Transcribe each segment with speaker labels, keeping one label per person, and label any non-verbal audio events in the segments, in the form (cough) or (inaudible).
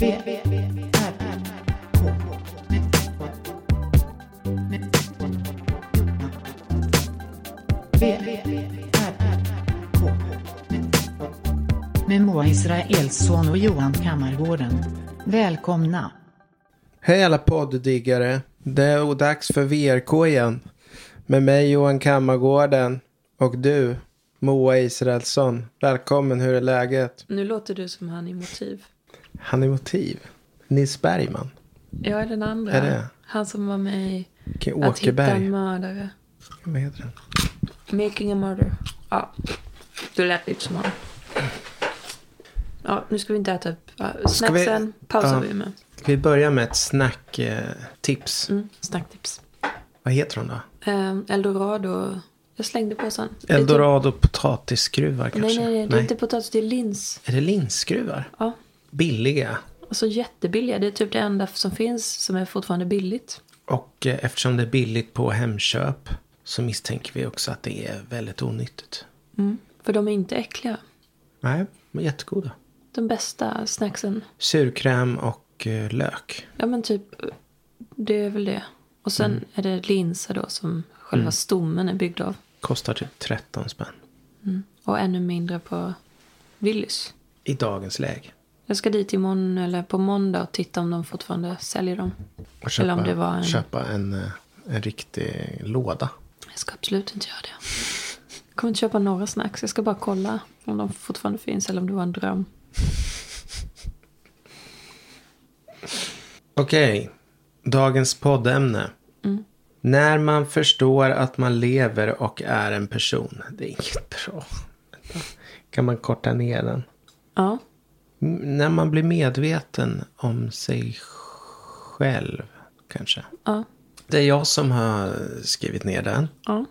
Speaker 1: V, V, V, R, R, K, K, V, V, V, R, R, K, K. Med Moa Israelsson och Johan Kammargården. Välkomna!
Speaker 2: Hej alla podddiggare. Det är dags för VRK igen. Med mig Johan Kammargården och du Moa Israelsson. Välkommen, hur är läget?
Speaker 3: Nu låter du som han i motiv.
Speaker 2: Han är motiv. Nils Bergman.
Speaker 3: Jag är den andra.
Speaker 2: Är det?
Speaker 3: Han som var med i
Speaker 2: Åke
Speaker 3: Att hitta en
Speaker 2: Åkerberg.
Speaker 3: mördare.
Speaker 2: Vad heter den?
Speaker 3: Making a murder. Ja, du lät lite som honom. Ja, nu ska vi inte äta upp. Ja,
Speaker 2: Ska vi-
Speaker 3: Snapsen pausar
Speaker 2: Ja.
Speaker 3: vi med.
Speaker 2: Vi börjar med ett snacktips.
Speaker 3: Mm, snacktips.
Speaker 2: Vad heter hon då?
Speaker 3: Eh, Eldorado. Jag slängde påsen.
Speaker 2: Eldorado potatisskruvar
Speaker 3: Det är typ-
Speaker 2: kanske?
Speaker 3: Nej, nej, nej. Det är inte potatis. Det är lins.
Speaker 2: Är det linsskruvar?
Speaker 3: Ja.
Speaker 2: Billiga.
Speaker 3: Alltså jättebilliga. Det är typ det enda som finns som är fortfarande billigt.
Speaker 2: Och eh, eftersom det är billigt på Hemköp så misstänker vi också att det är väldigt onyttigt.
Speaker 3: Mm. För de är inte äckliga.
Speaker 2: Nej, men jättegoda.
Speaker 3: De bästa snacksen.
Speaker 2: Surkräm och eh, lök.
Speaker 3: Ja men typ, det är väl det. Och sen är det linser då som själva stommen är byggd av.
Speaker 2: Kostar typ 13 spänn.
Speaker 3: Och ännu mindre på Willys.
Speaker 2: I dagens läge.
Speaker 3: Jag ska dit imorgon eller på måndag och titta om de fortfarande säljer dem.
Speaker 2: Och
Speaker 3: Eller om det var en-
Speaker 2: köpa en, eh, en riktig låda.
Speaker 3: Jag ska absolut inte göra det. Jag kommer inte köpa några snacks. Jag ska bara kolla om de fortfarande finns eller om det var en dröm.
Speaker 2: Okej, dagens poddämne.
Speaker 3: Mm.
Speaker 2: När man förstår att man lever och är en person. Det är inget bra. Kan man korta ner den?
Speaker 3: Ja,
Speaker 2: Mm, När man blir medveten om sig själv, kanske.
Speaker 3: ja,
Speaker 2: Det är jag som har skrivit ner den.
Speaker 3: ja.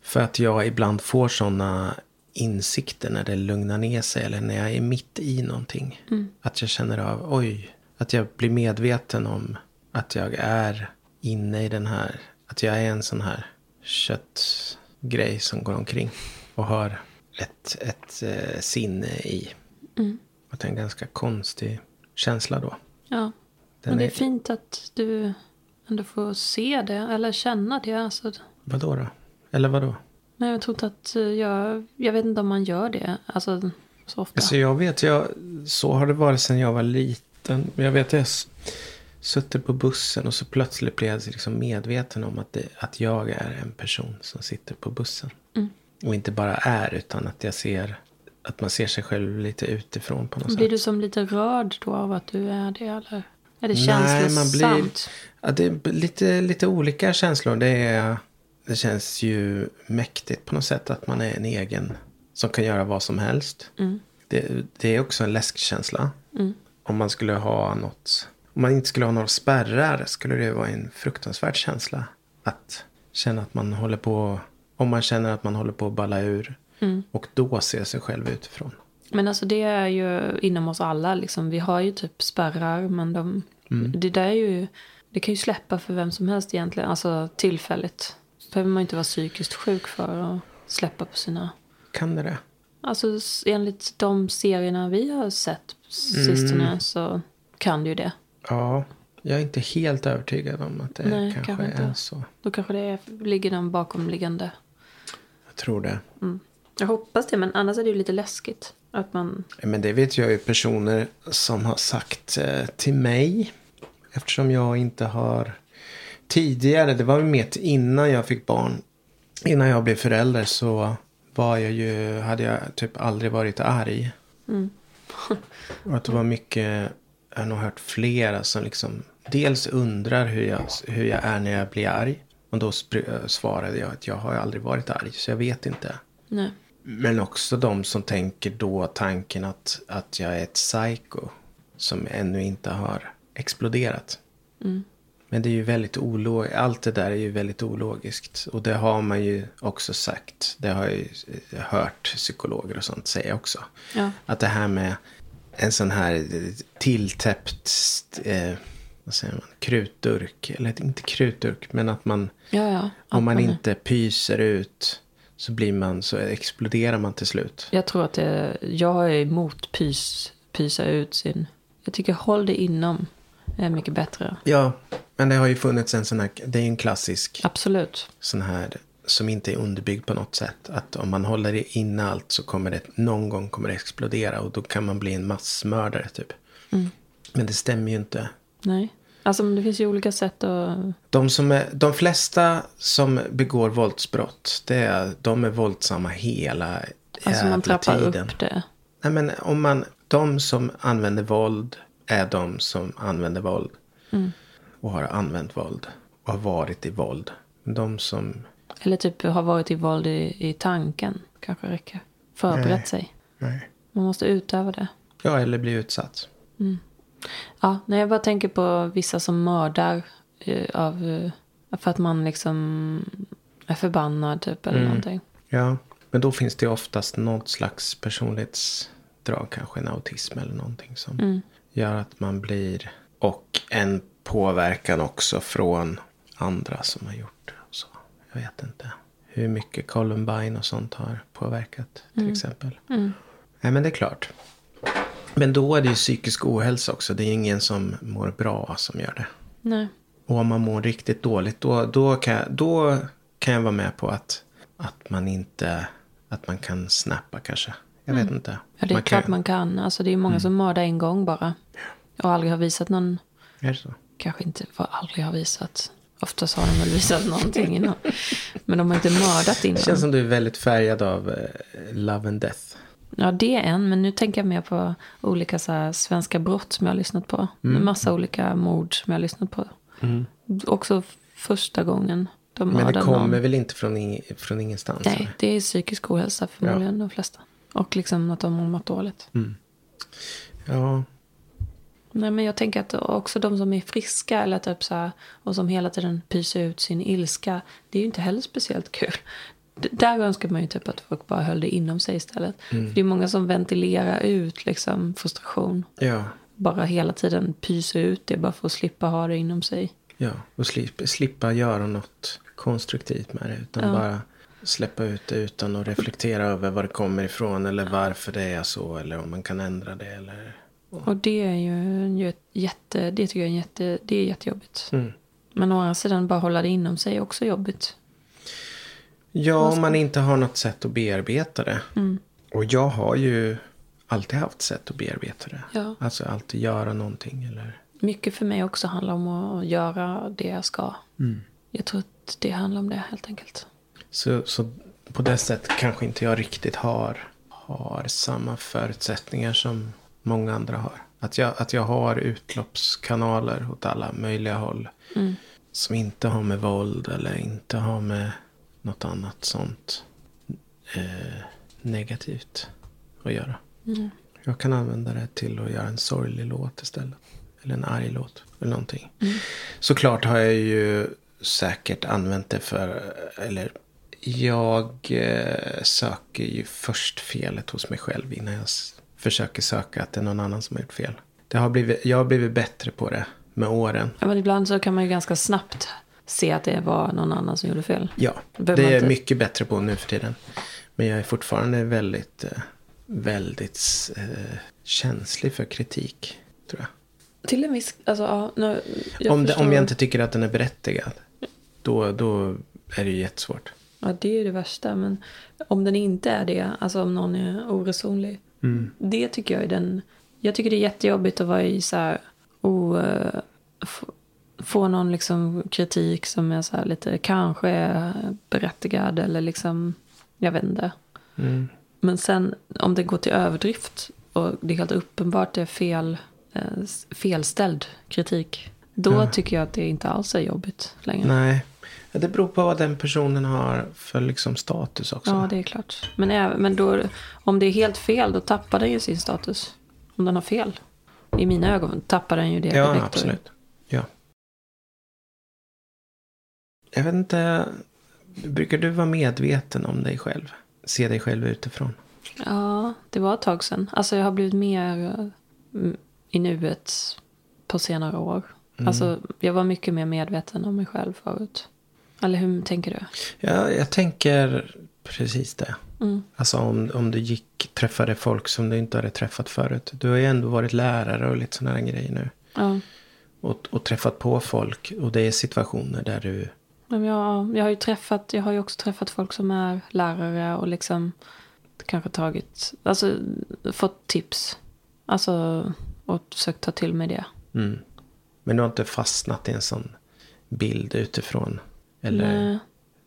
Speaker 2: För att jag ibland får sådana insikter när det lugnar ner sig eller när jag är mitt i någonting.
Speaker 3: Mm.
Speaker 2: Att jag känner av, oj, att jag blir medveten om att jag är inne i den här, att jag är en sån här köttgrej som går omkring och har ett, ett eh, sinne i.
Speaker 3: Mm.
Speaker 2: Att det är en ganska konstig känsla då.
Speaker 3: ja.
Speaker 2: Den
Speaker 3: Men det är
Speaker 2: är-
Speaker 3: fint att du ändå får se det eller känna det. Alltså,
Speaker 2: Vadå då? Eller vadå?
Speaker 3: Nej, jag tror inte att eh, jag... Jag vet inte om man gör det. Alltså, så ofta.
Speaker 2: Alltså jag vet, jag, så har det varit sedan jag var liten. Men Jag vet, jag s- suttit på bussen och så plötsligt blev jag liksom medveten om att, det, att jag är en person som sitter på bussen. Och inte bara är, utan att jag ser, att man ser sig själv lite utifrån på något
Speaker 3: Blir
Speaker 2: sätt.
Speaker 3: du som lite rörd då av att du är det, eller? Är det
Speaker 2: Nej, man
Speaker 3: känslosamt?
Speaker 2: blir, ja, det är b- lite, lite olika känslor. Det, är, det känns ju mäktigt på något sätt att man är en egen som kan göra vad som helst.
Speaker 3: Mm.
Speaker 2: Det, det är också en läskkänsla. Om man skulle ha något, om man inte skulle ha några spärrar skulle det vara en fruktansvärd känsla. Att känna att man håller på, om man känner att man håller på att balla ur.
Speaker 3: Mm.
Speaker 2: Och då se sig själv utifrån.
Speaker 3: Men alltså det är ju inom oss alla. Liksom. Vi har ju typ spärrar, men de,
Speaker 2: Mm.
Speaker 3: det där är ju... Det kan ju släppa för vem som helst egentligen, alltså tillfälligt. behöver man ju inte vara psykiskt sjuk för att släppa på sina...
Speaker 2: Kan det det?
Speaker 3: Alltså s- enligt de serierna vi har sett på
Speaker 2: Mm.
Speaker 3: sistone så kan det ju det.
Speaker 2: Ja, jag är inte helt övertygad om att det
Speaker 3: Nej,
Speaker 2: kanske,
Speaker 3: kanske inte.
Speaker 2: är så.
Speaker 3: Då kanske det är, ligger den bakomliggande.
Speaker 2: Jag tror det.
Speaker 3: Jag hoppas det, men annars är det ju lite läskigt. Att man...
Speaker 2: Eh, Men det vet jag ju personer som har sagt eh, till mig. Eftersom jag inte har tidigare, det var ju mer till innan jag fick barn. Innan jag blev förälder så var jag ju, hade jag typ aldrig varit arg. Och att det var mycket, jag har nog hört flera som liksom dels undrar hur jag, hur jag är när jag blir arg. Och då spr- svarade jag att jag har ju aldrig varit arg så jag vet inte.
Speaker 3: Nej.
Speaker 2: Men också de som tänker då tanken att, att jag är ett psycho som ännu inte har exploderat. Men det är ju väldigt ologiskt. Allt det där är ju väldigt ologiskt. Och det har man ju också sagt. Det har jag ju eh, hört psykologer och sånt säga också.
Speaker 3: Ja.
Speaker 2: Att det här med en sån här eh, tilltäppt eh, vad säger man, krutdurk. Eller inte krutdurk, men att man
Speaker 3: Ja, ja.
Speaker 2: om man
Speaker 3: Att
Speaker 2: inte pyser ut så blir man, så exploderar man till slut.
Speaker 3: Jag tror att det, jag är emot pys, pysa ut sin Jag tycker håll det inom är mycket bättre.
Speaker 2: Ja, men det har ju funnits en sån här, det är ju en klassisk
Speaker 3: Absolut.
Speaker 2: sån här som inte är underbyggd på något sätt. Att om man håller det inne allt så kommer det, någon gång kommer det explodera och då kan man bli en massmördare typ.
Speaker 3: Mm.
Speaker 2: Men det stämmer ju inte.
Speaker 3: Nej. Alltså men det finns ju olika sätt att...
Speaker 2: De, som är, de flesta som begår våldsbrott, det är, de är våldsamma hela
Speaker 3: Alltså man
Speaker 2: jävla
Speaker 3: trappar
Speaker 2: tiden.
Speaker 3: upp det.
Speaker 2: Nej, men om man, de som använder våld är de som använder våld. Och har använt våld. Och har varit i våld. De som,
Speaker 3: Eller typ har varit i våld i, i tanken. Kanske räcker. Förberett
Speaker 2: Nej.
Speaker 3: sig.
Speaker 2: nej.
Speaker 3: Man måste utöva det.
Speaker 2: Ja, eller blir utsatt.
Speaker 3: Ja, när jag bara tänker på vissa som mördar eh, av, eh, för att man liksom är förbannad typ
Speaker 2: Mm.
Speaker 3: eller någonting.
Speaker 2: Ja, men då finns det oftast något slags personlighetsdrag, kanske en autism eller någonting som gör att man blir... Och en påverkan också från andra som har gjort så. Jag vet inte hur mycket Columbine och sånt har påverkat till exempel. Nej, men det är klart. Men då är det ju psykisk ohälsa också. Det är ingen som mår bra som gör det.
Speaker 3: Nej.
Speaker 2: Och om man mår riktigt dåligt, då, då, kan, jag- då kan jag vara med på att, att man inte... Att man kan snappa kanske. Jag vet inte.
Speaker 3: Mm. Ja, det är
Speaker 2: man
Speaker 3: klart
Speaker 2: kan, Mm.
Speaker 3: man kan. Alltså det är många som mördar en gång bara. Och aldrig har visat någon,
Speaker 2: Är det så?
Speaker 3: kanske inte, vad aldrig har visat. Oftast har de väl visat
Speaker 2: (laughs)
Speaker 3: någonting innan. Men de har inte mördat
Speaker 2: Det känns
Speaker 3: innan.
Speaker 2: som du är väldigt färgad av eh, Love and Death.
Speaker 3: Ja, det är en. Men nu tänker jag mer på olika så här, svenska brott som jag har lyssnat på.
Speaker 2: Mm.
Speaker 3: En massa olika mord som jag har lyssnat på. Också första gången de
Speaker 2: Men det
Speaker 3: mördar någon.
Speaker 2: kommer väl inte från, ing, från ingenstans?
Speaker 3: Nej,
Speaker 2: eller?
Speaker 3: det är psykisk ohälsa förmodligen de flesta. Och liksom att de har mått dåligt.
Speaker 2: Ja.
Speaker 3: Nej, men jag tänker att också de som är friska eller typ så här, och som hela tiden pyser ut sin ilska. Det är ju inte heller speciellt kul. D- där önskar man ju typ att folk bara höll det inom sig istället. För det är många som ventilerar ut liksom frustration.
Speaker 2: Ja.
Speaker 3: Bara hela tiden pyser ut det bara för att slippa ha det inom sig.
Speaker 2: Ja. Och slip, slippa göra något konstruktivt med det. Utan bara släppa ut det utan att reflektera över var det kommer ifrån. Eller varför det är så. Eller om man kan ändra det. Eller...
Speaker 3: Och det är ju en ju- jätte, det tycker jag är, en jätte, det är jättejobbigt. Men å andra sidan bara hålla det inom sig är också jobbigt.
Speaker 2: Ja, om man inte har något sätt att bearbeta det. Och jag har ju alltid haft sätt att bearbeta det.
Speaker 3: Ja.
Speaker 2: Alltså alltid göra någonting. Eller...
Speaker 3: Mycket för mig också handlar om att göra det jag ska.
Speaker 2: Mm.
Speaker 3: Jag tror att det handlar om det helt enkelt.
Speaker 2: Så, så på det sättet kanske inte jag riktigt har, har samma förutsättningar som många andra har. Att jag, att jag har utloppskanaler åt alla möjliga håll.
Speaker 3: Mm.
Speaker 2: Som inte har med våld eller inte har med något annat sånt eh, negativt att göra.
Speaker 3: Mm.
Speaker 2: Jag kan använda det till att göra en sorglig låt istället. Eller en arg låt. Eller någonting. Såklart har jag ju säkert använt det för... Eller jag eh, söker ju först felet hos mig själv innan jag s- försöker söka att det är någon annan som har gjort fel. Det har blivit, jag har blivit bättre på det med åren.
Speaker 3: Ja, Men ibland så kan man ju ganska snabbt se att det var någon annan som gjorde fel.
Speaker 2: Ja, det
Speaker 3: Behöver man
Speaker 2: är jag
Speaker 3: inte-
Speaker 2: mycket bättre på nu för tiden. Men jag är fortfarande väldigt, eh, väldigt eh, känslig för kritik, tror jag.
Speaker 3: Till en viss, alltså ja. Nu, jag
Speaker 2: om, det, om
Speaker 3: förstår.
Speaker 2: jag inte tycker att den är berättigad, då, då är det ju jättesvårt.
Speaker 3: Ja, det är ju det värsta. Men om den inte är det, alltså om någon är oresonlig. Det tycker jag är den... Jag tycker det är jättejobbigt att vara i så här... Och, eh, f- få någon liksom kritik som är så här lite kanske är berättigad eller liksom... Jag vet inte.
Speaker 2: Mm.
Speaker 3: Men sen om det går till överdrift och det är helt uppenbart det är fel, eh, s- felställd kritik. Då tycker jag att det inte alls är jobbigt längre.
Speaker 2: Nej, Ja, det beror på vad den personen har för liksom status också.
Speaker 3: Ja, det är klart. Men, även, men då, om det är helt fel, då tappar den ju sin status. Om den har fel. I mina ögon tappar den ju det.
Speaker 2: ja
Speaker 3: direkt.
Speaker 2: absolut. Ja. Jag vet inte, brukar du vara medveten om dig själv? Se dig själv utifrån?
Speaker 3: Ja, det var ett tag sedan. Alltså jag har blivit mer eh, m- i nuet på senare år.
Speaker 2: Mm.
Speaker 3: Alltså jag var mycket mer medveten om mig själv förut. Eller hur tänker du?
Speaker 2: Ja, jag tänker precis det.
Speaker 3: Mm.
Speaker 2: Alltså om, om du gick, träffade folk som du inte hade träffat förut. Du har ju ändå varit lärare och lite sådana här grejer nu.
Speaker 3: Ja.
Speaker 2: Och, och träffat på folk. Och det är situationer där du...
Speaker 3: Men jag, jag har ju träffat, jag har ju också träffat folk som är lärare och liksom kanske tagit, alltså fått tips. Alltså och försökt ta till mig det.
Speaker 2: Mm. Men du har inte fastnat i en sån bild utifrån. Eller
Speaker 3: Nej.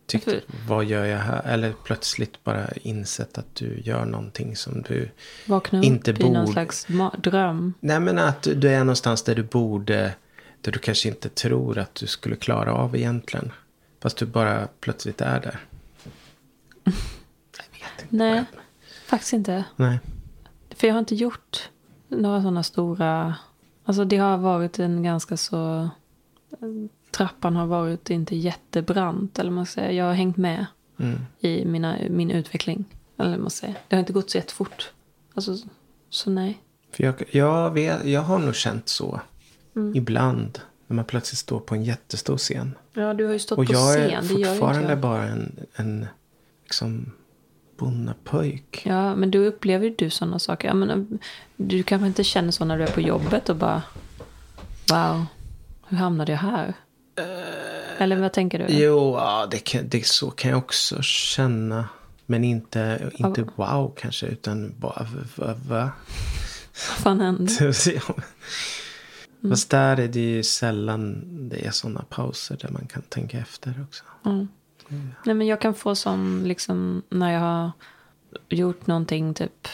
Speaker 2: tyckt,
Speaker 3: För-
Speaker 2: vad gör jag här? Eller plötsligt bara insett att du gör någonting som du...
Speaker 3: Vakna upp
Speaker 2: Inte
Speaker 3: i någon
Speaker 2: bor-
Speaker 3: slags ma- dröm.
Speaker 2: Nej men att du är någonstans där du borde, där du kanske inte tror att du skulle klara av egentligen. Fast du bara plötsligt är där. Jag vet inte.
Speaker 3: Nej, faktiskt inte.
Speaker 2: Nej.
Speaker 3: För jag har inte gjort några sådana stora... Alltså det har varit en ganska så... Trappan har varit inte jättebrant, eller vad man ska säga. Jag har hängt med
Speaker 2: Mm.
Speaker 3: i mina, min utveckling. Eller vad man säger. Det har inte gått så jättefort. Alltså, så nej.
Speaker 2: För jag, jag, vet, jag har nog känt så. Ibland. När man plötsligt står på en jättestor scen.
Speaker 3: Ja, du har ju stått
Speaker 2: Och
Speaker 3: på
Speaker 2: jag
Speaker 3: scen.
Speaker 2: är
Speaker 3: det gör ju inte
Speaker 2: fortfarande
Speaker 3: jag.
Speaker 2: bara en, en liksom, bonnapöjk.
Speaker 3: Ja, men då upplever ju du sådana saker. Jag menar, du kanske inte känner så när du är på jobbet och bara... Wow, hur hamnade jag här? Eller vad tänker du?
Speaker 2: Eh, Jo, ja, det kan, det, så kan jag också känna. Men inte, inte wow kanske, utan bara va? va?
Speaker 3: Vad fan hände?
Speaker 2: (laughs) Ja.
Speaker 3: Mm.
Speaker 2: Fast där är det ju sällan det är sådana pauser där man kan tänka efter också.
Speaker 3: Nej, men jag kan få som liksom när jag har gjort någonting typ.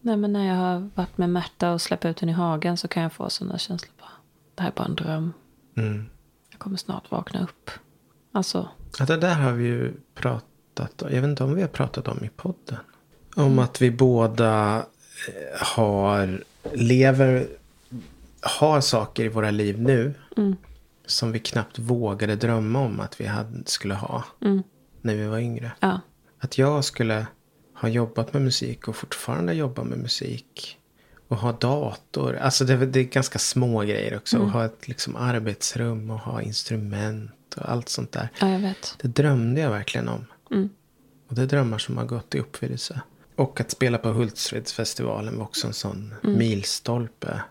Speaker 3: Nej, men när jag har varit med Märta och släppt ut henne i hagen så kan jag få sådana känslor. Bara, det här är bara en dröm.
Speaker 2: Mm.
Speaker 3: Jag kommer snart vakna upp. Alltså,
Speaker 2: Ja, det där har vi ju pratat om. Jag vet inte om vi har pratat om i podden. Mm. Om att vi båda eh, har, lever, har saker i våra liv nu. Som vi knappt vågade drömma om att vi hade, skulle ha. När vi var yngre.
Speaker 3: ja.
Speaker 2: Att jag skulle ha jobbat med musik och fortfarande jobba med musik. Och ha dator. Alltså det, är- det är ganska små grejer också. Och ha ett liksom, arbetsrum och ha instrument och allt sånt där.
Speaker 3: ja, jag vet.
Speaker 2: Det drömde jag verkligen om. Och det är drömmar som har gått i uppfyllelse. Och att spela på Hultsfredsfestivalen var också en sån milstolpe.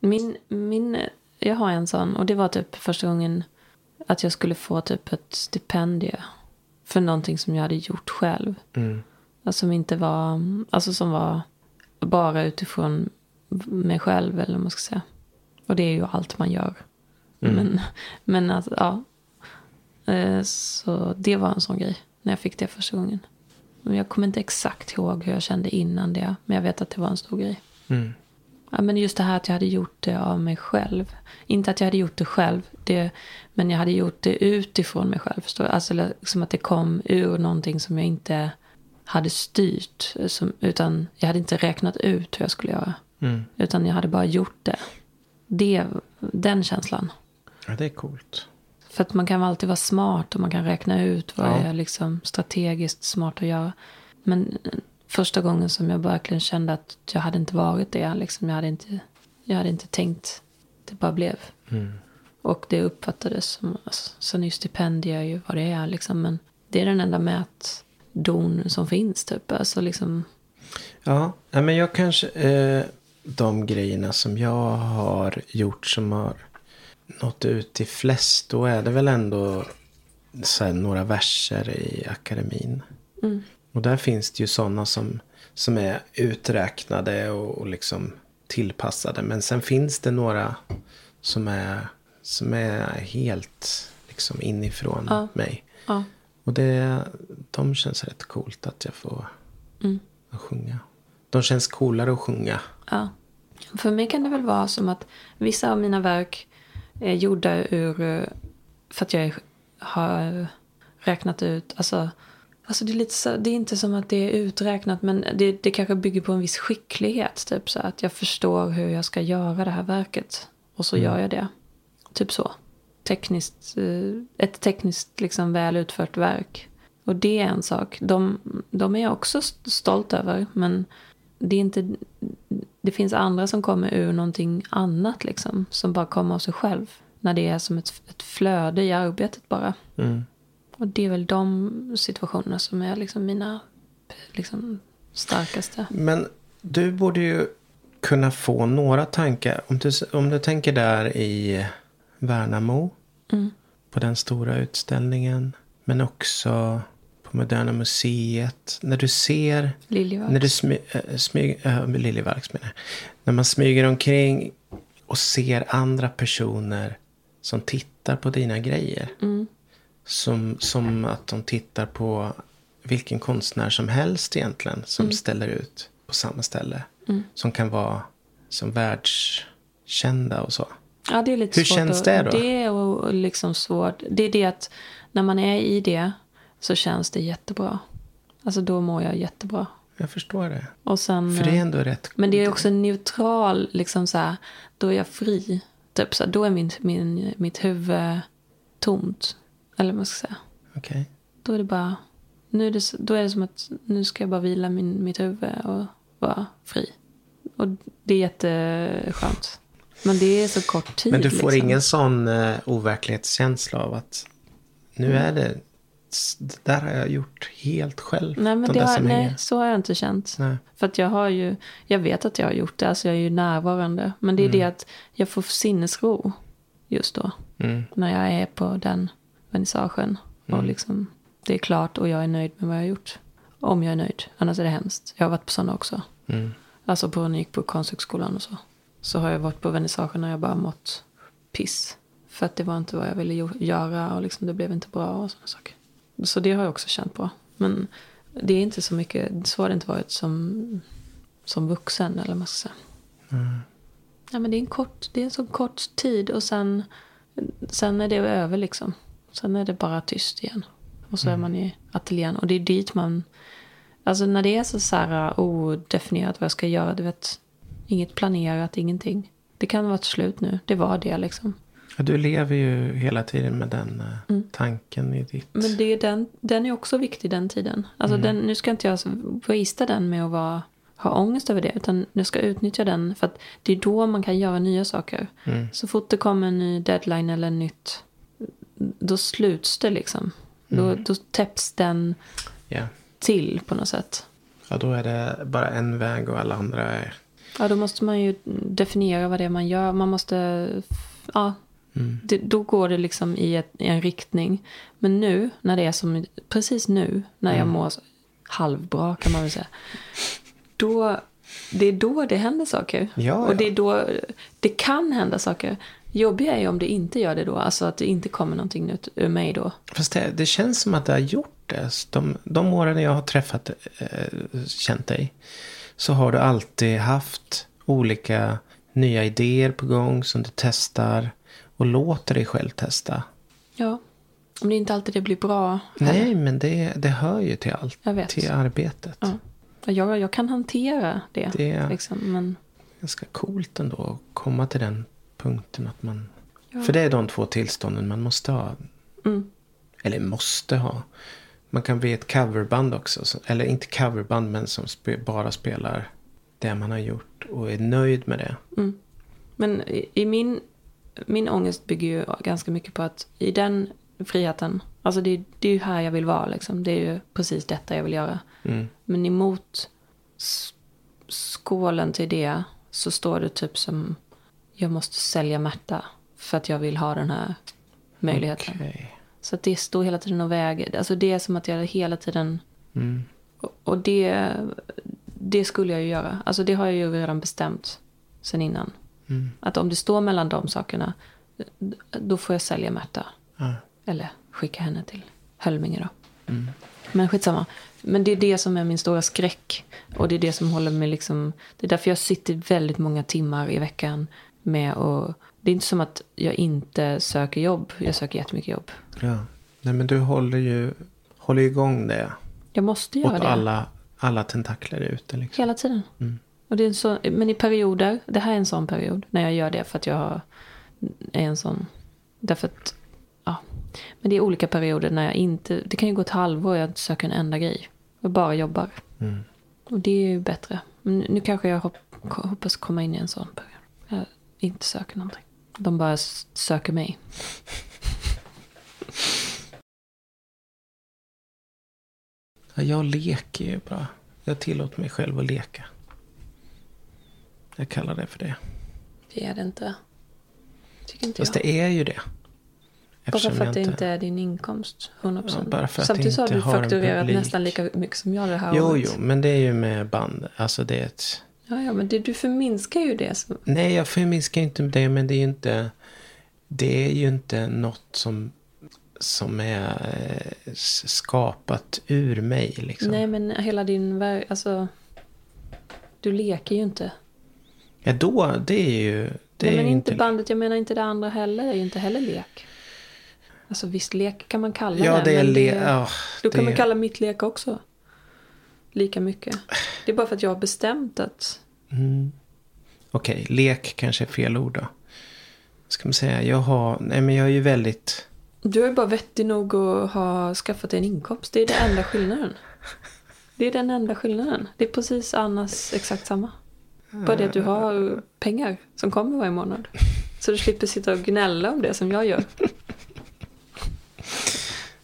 Speaker 3: Min, min, jag har en sån och det var typ första gången att jag skulle få typ ett stipendium för någonting som jag hade gjort själv. Alltså som inte var, alltså som var bara utifrån mig själv eller vad man ska säga. Och det är ju allt man gör. Men, men alltså, ja. Eh, Så det var en sån grej när jag fick det första gången. Men Jag kommer inte exakt ihåg hur jag kände innan det, men jag vet att det var en stor grej. Ja, men just det här att jag hade gjort det av mig själv. Inte att jag hade gjort det själv, det, men jag hade gjort det utifrån mig själv. Förstår du? Alltså liksom att det kom ur någonting som jag inte hade styrt. Som, utan jag hade inte räknat ut hur jag skulle göra. Utan jag hade bara gjort det. det. Den känslan.
Speaker 2: Ja, det är coolt.
Speaker 3: För att man kan alltid vara smart och man kan räkna ut vad
Speaker 2: Ja.
Speaker 3: är liksom strategiskt smart att göra. Men eh, första gången som jag verkligen kände att jag hade inte varit det. Liksom jag, hade inte, jag hade inte tänkt. Det bara blev. Och det uppfattades som... Alltså, sen är ju stipendier ju vad det är. Liksom, men det är den enda mätdon som finns. Typ. Alltså, liksom,
Speaker 2: Ja, nej, men jag kanske... Eh, de grejerna som jag har gjort som har nått ut till flest. Då är det väl ändå så här, några verser i akademin. Och där finns det ju sådana som, som är uträknade och, och liksom tillpassade. Men sen finns det några som är, som är helt liksom inifrån mig.
Speaker 3: Ja.
Speaker 2: Och det, de känns rätt coolt att jag får att sjunga. De känns coolare att sjunga.
Speaker 3: Ja. För mig kan det väl vara som att vissa av mina verk är gjorda ur... eh, För att jag har räknat ut... Alltså, alltså det, är lite så, det är inte som att det är uträknat men det, det kanske bygger på en viss skicklighet. Typ så att jag förstår hur jag ska göra det här verket. Och så gör jag det. Typ så. Tekniskt, eh, ett tekniskt liksom väl utfört verk. Och det är en sak. De, de är jag också st- stolt över. Men det är inte... Det finns andra som kommer ur någonting annat liksom. Som bara kommer av sig själv. När det är som ett, ett flöde
Speaker 2: Mm.
Speaker 3: i arbetet bara. Och det är väl de situationerna som är liksom mina liksom, starkaste.
Speaker 2: Men du borde ju kunna få några tankar. Om du, om du tänker där i Värnamo. På den stora utställningen. Men också på Moderna Museet. När du ser...
Speaker 3: Liljevalchs.
Speaker 2: När du smy, äh, smyg, äh, Liljevalchs menar jag. När man smyger omkring och ser andra personer som tittar på dina grejer. Som, som att de tittar på vilken konstnär som helst egentligen som ställer ut på samma ställe. Som kan vara som världskända och så.
Speaker 3: Ja, det är lite
Speaker 2: Hur
Speaker 3: svårt
Speaker 2: känns
Speaker 3: att,
Speaker 2: det då?
Speaker 3: Det är och- och liksom svårt. Det är det att när man är i det så känns det jättebra. Alltså då mår jag jättebra.
Speaker 2: Jag förstår det.
Speaker 3: Och sen,
Speaker 2: För det är ändå rätt.
Speaker 3: Men det är också en neutral, liksom så här, då är jag fri. Typ så här, då är min, min, mitt huvud tomt. Eller vad man ska säga.
Speaker 2: Okej.
Speaker 3: Då är det bara, nu är det, så- då är det som att nu ska jag bara vila min, mitt huvud och vara fri. Och det är jätteskönt. Men det är så kort tid.
Speaker 2: Men du får
Speaker 3: liksom.
Speaker 2: ingen sån eh, overklighetskänsla av att nu
Speaker 3: Mm.
Speaker 2: är det, s- det där har jag gjort helt själv.
Speaker 3: Nej, men
Speaker 2: de
Speaker 3: det
Speaker 2: där
Speaker 3: har,
Speaker 2: som
Speaker 3: nej,
Speaker 2: hänger.
Speaker 3: så har jag inte känt.
Speaker 2: Nej.
Speaker 3: För att jag har ju, jag vet att jag har gjort det, alltså jag är ju närvarande. Men det är det att jag får sinnesro just då. När jag är på den vernissagen. Och liksom, det är klart och jag är nöjd med vad jag har gjort. Om jag är nöjd, annars är det hemskt. Jag har varit på sådana också. Alltså på, när jag gick på konsthögskolan och så. Så har jag varit på vernissagen och jag bara mått piss. För att det var inte vad jag ville jo- göra och liksom det blev inte bra och sådana saker. Så det har jag också känt på. Men det är inte så mycket, så har det inte varit som, som vuxen eller vad man ska säga. Ja, men det är en kort, det är en så kort tid och sen, sen är det över liksom. Sen är det bara tyst igen. Och så är man i ateljén och det är dit man, alltså när det är så, så här uh, odefinierat vad jag ska göra, du vet, inget planerat, ingenting. Det kan vara ett slut nu, det var det liksom.
Speaker 2: Ja, du lever ju hela tiden med den eh, tanken i ditt...
Speaker 3: Mm. Men det är den, den är också viktig den tiden. Alltså den, nu ska inte jag alltså wastea den med att vara, ha ångest över det. Utan nu ska jag utnyttja den för att det är då man kan göra nya saker. Så fort det kommer en ny deadline eller nytt, då sluts det liksom. Då, då täpps den
Speaker 2: Ja.
Speaker 3: till på något sätt.
Speaker 2: ja, då är det bara en väg och alla andra är...
Speaker 3: Ja, då måste man ju definiera vad det är man gör. Man måste... Ja,
Speaker 2: Mm.
Speaker 3: det, då går det liksom i, ett, i en riktning. Men nu, när det är som... Precis nu, när
Speaker 2: Mm.
Speaker 3: jag mår så- halvbra kan man väl säga. Då, det är då det händer saker.
Speaker 2: Ja, ja.
Speaker 3: Och det är då det kan hända saker. Jobbiga är ju om det inte gör det då. Alltså att det inte kommer någonting nytt ur mig då.
Speaker 2: Fast det, det känns som att det har gjort det. Så De, de åren jag har träffat, eh, känt dig, så har du alltid haft olika nya idéer på gång som du testar och låter dig själv testa.
Speaker 3: Ja. Om det är inte alltid det blir bra.
Speaker 2: Nej, men det, det hör ju till allt.
Speaker 3: Jag vet.
Speaker 2: Till arbetet.
Speaker 3: Ja. Jag, jag kan hantera det.
Speaker 2: Det-
Speaker 3: Liksom, men...
Speaker 2: Ganska coolt ändå att komma till den punkten att man... För det är de två tillstånden man måste ha.
Speaker 3: Mm.
Speaker 2: Eller måste ha. Man kan bli ett coverband också. så- Eller inte coverband men som spe, bara spelar det man har gjort och är nöjd med det.
Speaker 3: Men i, i min, min ångest bygger ju ganska mycket på att i den friheten, alltså det, det är ju här jag vill vara liksom. Det är ju precis detta jag vill göra.
Speaker 2: Mm.
Speaker 3: Men emot s- skålen till det så står det typ som jag måste sälja Märta för att jag vill ha den här möjligheten.
Speaker 2: Okej.
Speaker 3: Så att det står hela tiden och väger. Alltså det är som att jag hela tiden...
Speaker 2: Mm,
Speaker 3: Och, och det, det skulle jag ju göra. Alltså det har jag ju redan bestämt sen innan.
Speaker 2: mm,
Speaker 3: Att om det står mellan de sakerna, d- då får jag sälja Märta. Eller skicka henne till Hölminge då.
Speaker 2: Mm.
Speaker 3: Men skitsamma. Men det är det som är min stora skräck. Och det är det som håller mig liksom... Det är därför jag sitter väldigt många timmar i veckan med och... Det är inte som att jag inte söker jobb. Jag söker jättemycket jobb.
Speaker 2: Ja. Nej men du håller ju håller igång det.
Speaker 3: Jag måste göra
Speaker 2: Åt
Speaker 3: det.
Speaker 2: alla, alla tentakler ute liksom.
Speaker 3: Hela tiden. Och det är en sån, men i perioder, det här är en sån period när jag gör det för att jag har- är en sån. Därför att, ja. Men det är olika perioder när jag inte, det kan ju gå ett halvår och jag inte söker en enda grej. Och bara jobbar.
Speaker 2: Mm.
Speaker 3: Och det är ju bättre. Men nu kanske jag hopp, hoppas komma in i en sån period. Jag inte söker någonting. De bara s- söker mig.
Speaker 2: Ja, Jag leker ju bara. Jag tillåter mig själv att leka. Jag kallar det för det.
Speaker 3: Det är det inte. Tycker inte
Speaker 2: Fast
Speaker 3: jag.
Speaker 2: det är ju det.
Speaker 3: Bara
Speaker 2: Eftersom
Speaker 3: för
Speaker 2: jag
Speaker 3: att det inte är din inkomst. 100%.
Speaker 2: Ja, bara för att
Speaker 3: Samtidigt
Speaker 2: det
Speaker 3: så har
Speaker 2: inte
Speaker 3: du
Speaker 2: har en
Speaker 3: fakturerat
Speaker 2: publik.
Speaker 3: nästan lika mycket som jag det här
Speaker 2: Jo,
Speaker 3: året.
Speaker 2: jo, men det är ju med band. Alltså det är ett...
Speaker 3: Ja, ja, men det, du förminskar ju det. Som,
Speaker 2: Nej, jag förminskar inte det, men det är ju inte... Det är ju inte något som, som är eh, s- skapat ur mig. Liksom.
Speaker 3: nej, men hela din värld, alltså. Du leker ju inte.
Speaker 2: Ja, då, det är ju... Det
Speaker 3: nej,
Speaker 2: är
Speaker 3: men
Speaker 2: ju
Speaker 3: inte bandet, jag menar inte det andra heller. Det är ju inte heller lek. Alltså visst, lek kan man kalla
Speaker 2: Ja, det är...
Speaker 3: men
Speaker 2: Le...
Speaker 3: det-
Speaker 2: ja,
Speaker 3: Då kan
Speaker 2: det
Speaker 3: man
Speaker 2: är-
Speaker 3: kalla mitt lek också. Lika mycket. Det är bara för att jag har bestämt att
Speaker 2: Mm. Okej, lek kanske är fel ord då. Ska man säga, jag har... Nej, men jag är ju väldigt...
Speaker 3: du är ju bara vettig nog att ha skaffat dig en inkomst. Det är den enda skillnaden. Det är den enda skillnaden. Det är precis annars exakt samma. Bara det att du har pengar som kommer varje månad. Så du slipper sitta och gnälla om det som jag gör.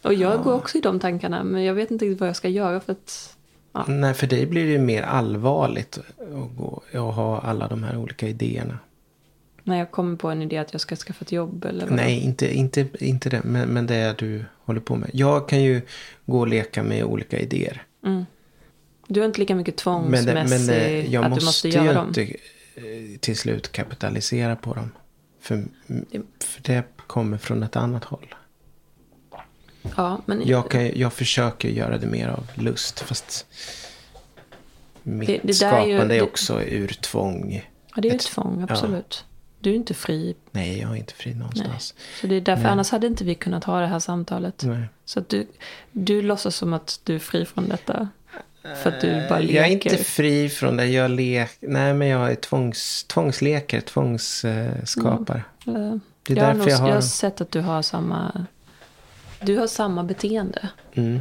Speaker 3: Och jag går också i de tankarna men jag vet inte riktigt vad jag ska göra för att... Ja.
Speaker 2: Nej, för dig blir det ju mer allvarligt att, gå, att ha alla de här olika idéerna.
Speaker 3: När jag kommer på en idé att jag ska skaffa ett jobb eller vad
Speaker 2: Nej, inte, inte, inte det. Men, men det du håller på med. Jag kan ju gå och leka med olika idéer.
Speaker 3: Mm. Du har inte lika mycket
Speaker 2: Men, det, men
Speaker 3: tvångsmässig
Speaker 2: det, jag
Speaker 3: att
Speaker 2: måste,
Speaker 3: du måste
Speaker 2: ju
Speaker 3: göra
Speaker 2: inte
Speaker 3: dem.
Speaker 2: eh, till slut kapitalisera på dem. För,
Speaker 3: Det-
Speaker 2: för det kommer från ett annat håll.
Speaker 3: Ja, men
Speaker 2: Jag, kan, ju- jag försöker göra det mer av lust. Fast mitt
Speaker 3: Det- det där är ju-
Speaker 2: skapande är
Speaker 3: det-
Speaker 2: också ur tvång.
Speaker 3: ja, det är ju ett tvång, absolut. Du är inte fri.
Speaker 2: Nej, jag är inte fri någonstans.
Speaker 3: Så det är därför, annars hade inte vi kunnat ha det här samtalet.
Speaker 2: Nej.
Speaker 3: Så att du, du låtsas som att du är fri från detta. För att du bara leker.
Speaker 2: Eh, Jag är inte fri från det. Jag lek... Nej, men jag är tvångs... tvångsleker, tvångsskapar. Det
Speaker 3: Eller-
Speaker 2: är
Speaker 3: Mm. Eh, jag, har
Speaker 2: därför
Speaker 3: nog,
Speaker 2: jag
Speaker 3: jag,
Speaker 2: har
Speaker 3: har
Speaker 2: dem.
Speaker 3: sett att du har samma... Du har samma beteende.
Speaker 2: Mm.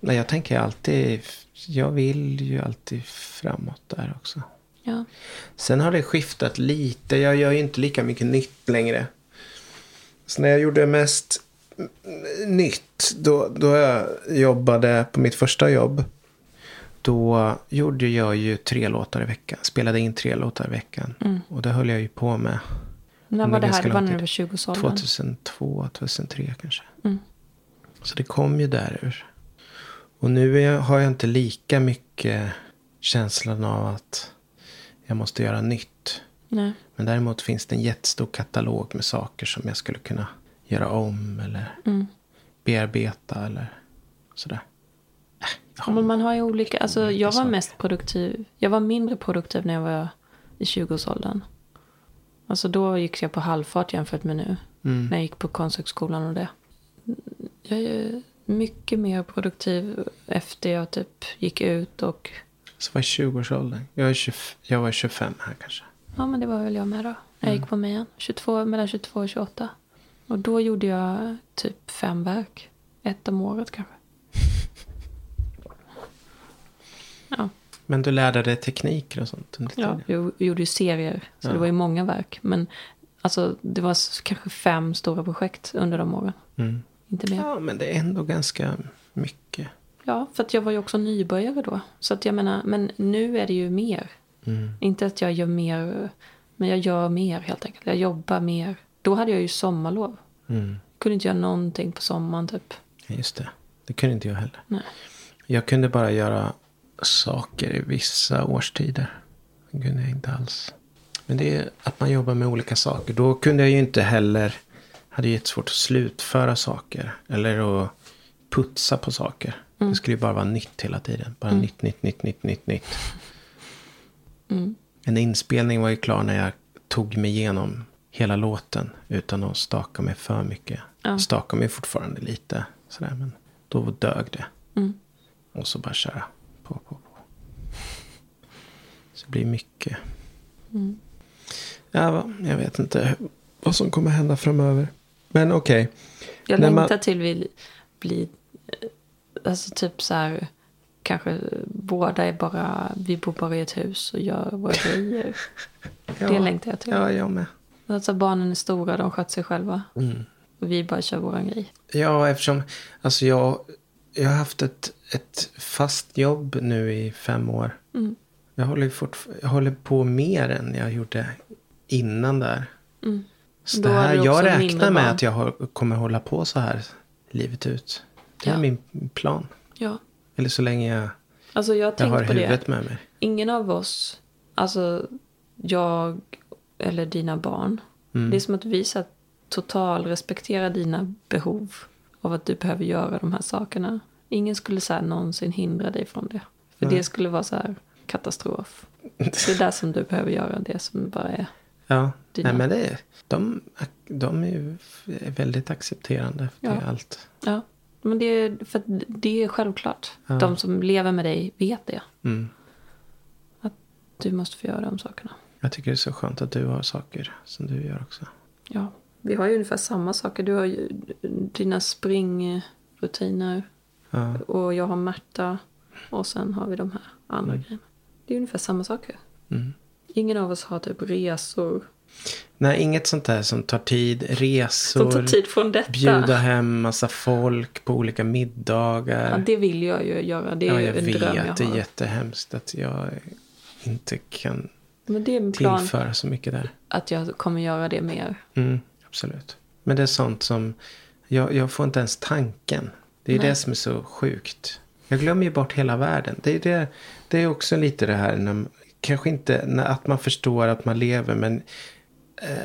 Speaker 2: Nej, jag tänker alltid... Jag vill ju alltid framåt där också.
Speaker 3: Ja.
Speaker 2: Sen har det skiftat lite. Jag gör ju inte lika mycket nytt längre. Så när jag gjorde mest mm, nytt, då, då jag jobbade på mitt första jobb. Då gjorde jag ju tre låtar i veckan. Spelade in tre låtar i veckan. Och det höll jag ju på med.
Speaker 3: När
Speaker 2: Under
Speaker 3: var det här?
Speaker 2: ganska
Speaker 3: Det var
Speaker 2: lång
Speaker 3: när du
Speaker 2: tid.
Speaker 3: var 20-årsåldern.
Speaker 2: 2002, 2003 kanske. Så det kom ju därur. Och nu är jag, har jag inte lika mycket känslan av att jag måste göra nytt.
Speaker 3: Nej.
Speaker 2: Men däremot finns det en jättestor katalog med saker som jag skulle kunna göra om eller bearbeta eller sådär.
Speaker 3: Ja, men man har ju olika, alltså jag var
Speaker 2: saker.
Speaker 3: mest produktiv, jag var mindre produktiv när jag var i 20-årsåldern. Alltså då gick jag på halvfart jämfört med nu. När jag gick på konsthögskolan och det. Jag är ju mycket mer produktiv efter jag typ gick ut och,
Speaker 2: Så var jag 20-årsåldern. Jag, är 20, jag var 25 här kanske.
Speaker 3: ja men det var väl jag med då. Jag gick på mig 22, mellan 22 och 28. Och då gjorde jag typ fem verk. Ett om året kanske. Ja.
Speaker 2: Men du lärde dig tekniker och sånt under
Speaker 3: Ja,
Speaker 2: tiden.
Speaker 3: jag gjorde ju serier, så det var ju många verk. Men alltså, det var s- kanske fem stora projekt under de åren.
Speaker 2: Mm.
Speaker 3: Inte mer.
Speaker 2: Ja, men det är ändå ganska mycket.
Speaker 3: Ja, för att jag var ju också nybörjare då. Så att jag menar, men nu är det ju mer. Inte att jag gör mer, men jag gör mer helt enkelt. Jag jobbar mer. Då hade jag ju sommarlov.
Speaker 2: Mm.
Speaker 3: Kunde inte göra någonting på sommaren typ.
Speaker 2: Ja, Just det. Det kunde inte jag heller.
Speaker 3: Nej.
Speaker 2: Jag kunde bara göra saker i vissa årstider. Det kunde jag inte alls. Men det är att man jobbar med olika saker. Då kunde jag ju inte heller... Hade ju jättesvårt att slutföra saker. Eller att putsa på saker. Det skulle ju bara vara nytt hela tiden. Bara nytt, nytt, nytt, nytt, nytt, nytt. En inspelning var ju klar när jag tog mig igenom hela låten. Utan att staka mig för mycket.
Speaker 3: Ja.
Speaker 2: Staka mig fortfarande lite. Sådär, men då dög det. Och så bara köra på, på, på. Så det blir mycket. Ja, va, jag vet inte vad som kommer hända framöver. Men okej.
Speaker 3: Jag
Speaker 2: När man-
Speaker 3: längtar till vi blir, eh, alltså typ så här, kanske båda är bara, vi bor bara i ett hus och gör våra grejer. Det längtar jag till.
Speaker 2: Ja, jag med.
Speaker 3: Alltså barnen är stora, de sköter sig själva. Och vi bara kör våran grej.
Speaker 2: Ja, eftersom alltså jag Jag har haft ett, ett fast jobb nu i fem år.
Speaker 3: Mm.
Speaker 2: Jag håller, ju fortf- jag håller på mer än jag gjorde innan där.
Speaker 3: Mm.
Speaker 2: Så
Speaker 3: Då
Speaker 2: det
Speaker 3: har
Speaker 2: här,
Speaker 3: du också
Speaker 2: jag
Speaker 3: mindre
Speaker 2: räknar med
Speaker 3: barn.
Speaker 2: att jag har, kommer hålla på så här livet ut. Det är
Speaker 3: Ja.
Speaker 2: min plan.
Speaker 3: Ja.
Speaker 2: Eller så länge jag,
Speaker 3: Alltså jag har
Speaker 2: jag
Speaker 3: tänkt
Speaker 2: har
Speaker 3: på det.
Speaker 2: huvudet med mig.
Speaker 3: Ingen av oss, alltså jag eller dina barn.
Speaker 2: Mm.
Speaker 3: Det är som att vi så här total respekterar dina behov av att du behöver göra de här sakerna. Ingen skulle så här någonsin hindra dig från det. För det skulle vara så här
Speaker 2: (laughs)
Speaker 3: katastrof. Det där som du behöver göra, det som bara är.
Speaker 2: Ja,
Speaker 3: Dina-
Speaker 2: nej men det är, de, de är ju väldigt accepterande till
Speaker 3: Ja.
Speaker 2: allt.
Speaker 3: Ja, men det är, för att det är självklart.
Speaker 2: Ja.
Speaker 3: De som lever med dig vet det.
Speaker 2: Mm.
Speaker 3: Att du måste få göra de sakerna.
Speaker 2: Jag tycker det är så skönt att du har saker som du gör också.
Speaker 3: Ja, vi har ju ungefär samma saker. Du har ju dina springrutiner
Speaker 2: Ja,
Speaker 3: och jag har Märta och sen har vi de här andra grejerna. Det är ungefär samma saker.
Speaker 2: mm.
Speaker 3: Ingen av oss har typ resor
Speaker 2: Nej, inget sånt där som tar tid.
Speaker 3: som
Speaker 2: Resor,
Speaker 3: tar tid från detta.
Speaker 2: bjuda hem massa folk på olika middagar.
Speaker 3: Ja, det vill jag ju göra. Det är
Speaker 2: Ja,
Speaker 3: ju
Speaker 2: jag
Speaker 3: en dröm jag
Speaker 2: vet. Det är
Speaker 3: har.
Speaker 2: jättehemskt att jag inte kan
Speaker 3: Men det är en plan
Speaker 2: tillföra så mycket där.
Speaker 3: att jag kommer göra det mer.
Speaker 2: Mm, absolut. Men det är sånt som... Jag, jag får inte ens tanken. Det är det som är så sjukt. Jag glömmer ju bort hela världen. Det är, det, det är också lite det här när, kanske inte när, att man förstår att man lever men eh,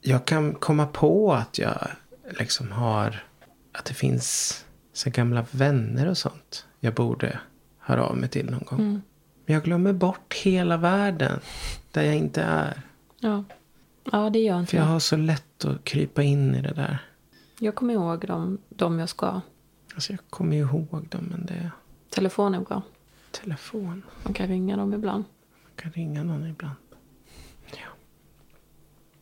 Speaker 2: jag kan komma på att jag liksom har att det finns så gamla vänner och sånt jag borde höra av mig till någon gång. Men jag glömmer bort hela världen där jag inte är.
Speaker 3: Ja, ja det gör inte
Speaker 2: För jag
Speaker 3: jag.
Speaker 2: har så lätt att krypa in i det där.
Speaker 3: Jag kommer ihåg dem, de jag ska.
Speaker 2: Alltså jag kommer ju ihåg dem men det är
Speaker 3: Telefon är bra.
Speaker 2: telefon.
Speaker 3: Man kan ringa dem ibland.
Speaker 2: Man kan ringa någon ibland. Ja.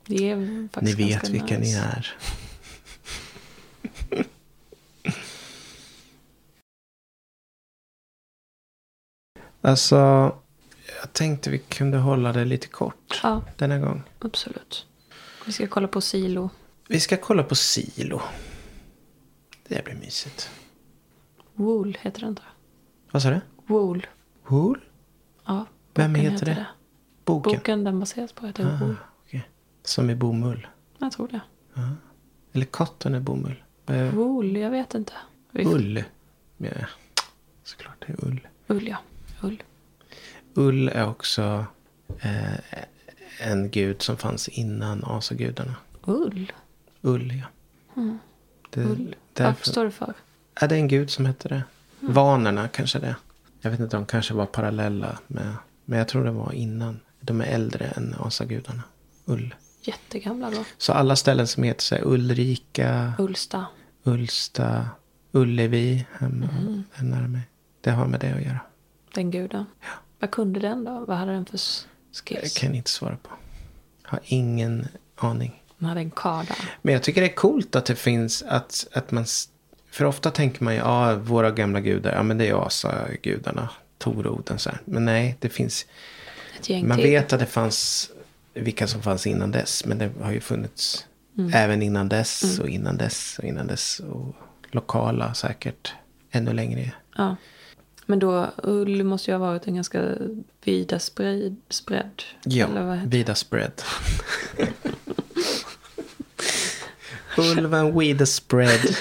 Speaker 3: Det är
Speaker 2: Ni
Speaker 3: faktiskt
Speaker 2: vet
Speaker 3: ganska
Speaker 2: vilka ni
Speaker 3: nice.
Speaker 2: är. (laughs) alltså, jag tänkte vi kunde hålla det lite kort
Speaker 3: Ja,
Speaker 2: denna gång.
Speaker 3: absolut. Vi ska kolla på Silo.
Speaker 2: Vi ska kolla på Silo. Det blir mysigt.
Speaker 3: Wool heter den tror jag.
Speaker 2: Vad sa du?
Speaker 3: Wool.
Speaker 2: Hol?
Speaker 3: Ja,
Speaker 2: Vem
Speaker 3: boken
Speaker 2: heter det? Boken?
Speaker 3: Boken den baseras på heter
Speaker 2: Ah,
Speaker 3: Wool.
Speaker 2: okej. Som i bomull.
Speaker 3: Jag tror det.
Speaker 2: Eller cotton är bomull. Eh,
Speaker 3: Wool, jag vet inte. Vi-
Speaker 2: ull. Ja, såklart det är ull.
Speaker 3: Ull ja. Ull.
Speaker 2: Ull är också eh, en gud som fanns innan asagudarna.
Speaker 3: Ull?
Speaker 2: Ull, ja. Det,
Speaker 3: Ull. Vad
Speaker 2: Därför,
Speaker 3: står det för?
Speaker 2: är det en gud som hette det? Vanerna kanske det. Jag vet inte, de kanske var parallella med... Men jag tror det var innan. De är äldre än asagudarna. Ull.
Speaker 3: Jättegamla då.
Speaker 2: Så alla ställen som heter så här, Ulrika,
Speaker 3: Ulsta.
Speaker 2: Ulsta, Ullevi hemma där nära mig. Det har med det att göra.
Speaker 3: Den guden. Vad kunde den då? Vad hade den för s-
Speaker 2: Jag
Speaker 3: skills?
Speaker 2: kan jag inte svara på. Har ingen aning.
Speaker 3: Den hade en karl där.
Speaker 2: Men jag tycker det är coolt att det finns att, att man... s- För ofta tänker man ju, ja, våra gamla gudar, ja men det är asagudarna. Tor och Oden så här. Men nej, det finns...
Speaker 3: Ett gäng
Speaker 2: Man
Speaker 3: till.
Speaker 2: vet att det fanns vilka som fanns innan dess. Men det har ju funnits även innan dess och innan dess och innan dess. Och lokala säkert ännu längre.
Speaker 3: Ja. Men då, ull måste ju ha varit en ganska vida sprid, spread. Eller vad
Speaker 2: Ja,
Speaker 3: heter
Speaker 2: vida
Speaker 3: (laughs)
Speaker 2: spread. Ulven vida
Speaker 3: (laughs)
Speaker 2: spread.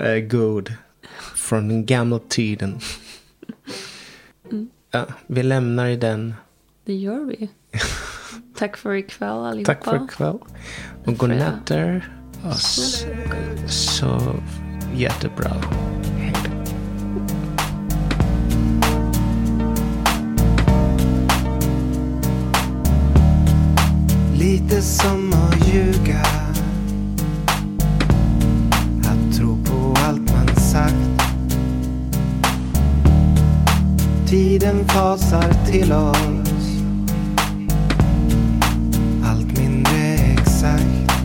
Speaker 2: Eh, god. Från den gamla tiden.
Speaker 3: Mm.
Speaker 2: Ja, vi lämnar i den.
Speaker 3: Det gör vi.
Speaker 2: (laughs)
Speaker 3: Tack för ikväll allihopa.
Speaker 2: Tack för ikväll. Och godnatter. Och s- sov jättebra. Hej då.
Speaker 4: Lite som att ljuga Att tro på allt man sagt Tiden fasar till oss Allt mindre exakt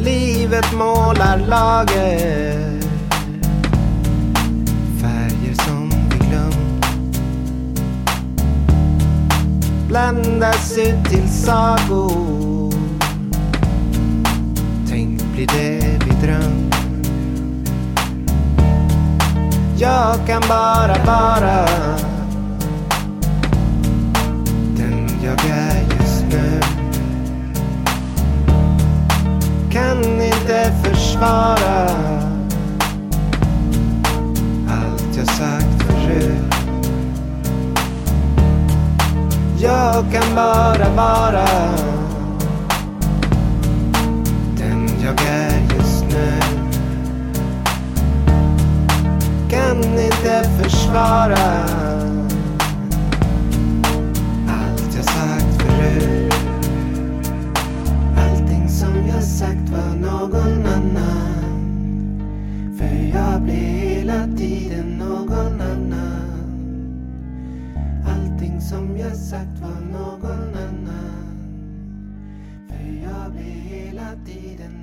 Speaker 4: Livet målar lager Färger som vi glömt bländas ut till sagor blir det vi drömt. Jag kan bara vara den jag är just nu. Kan inte försvara allt jag sagt förut. Jag kan bara vara den jag är just nu. Kan inte försvara allt jag sagt förut. Allting som jag sagt var någon annan. För jag blir hela tiden någon annan. Allting som jag sagt var någon annan. För jag blir hela tiden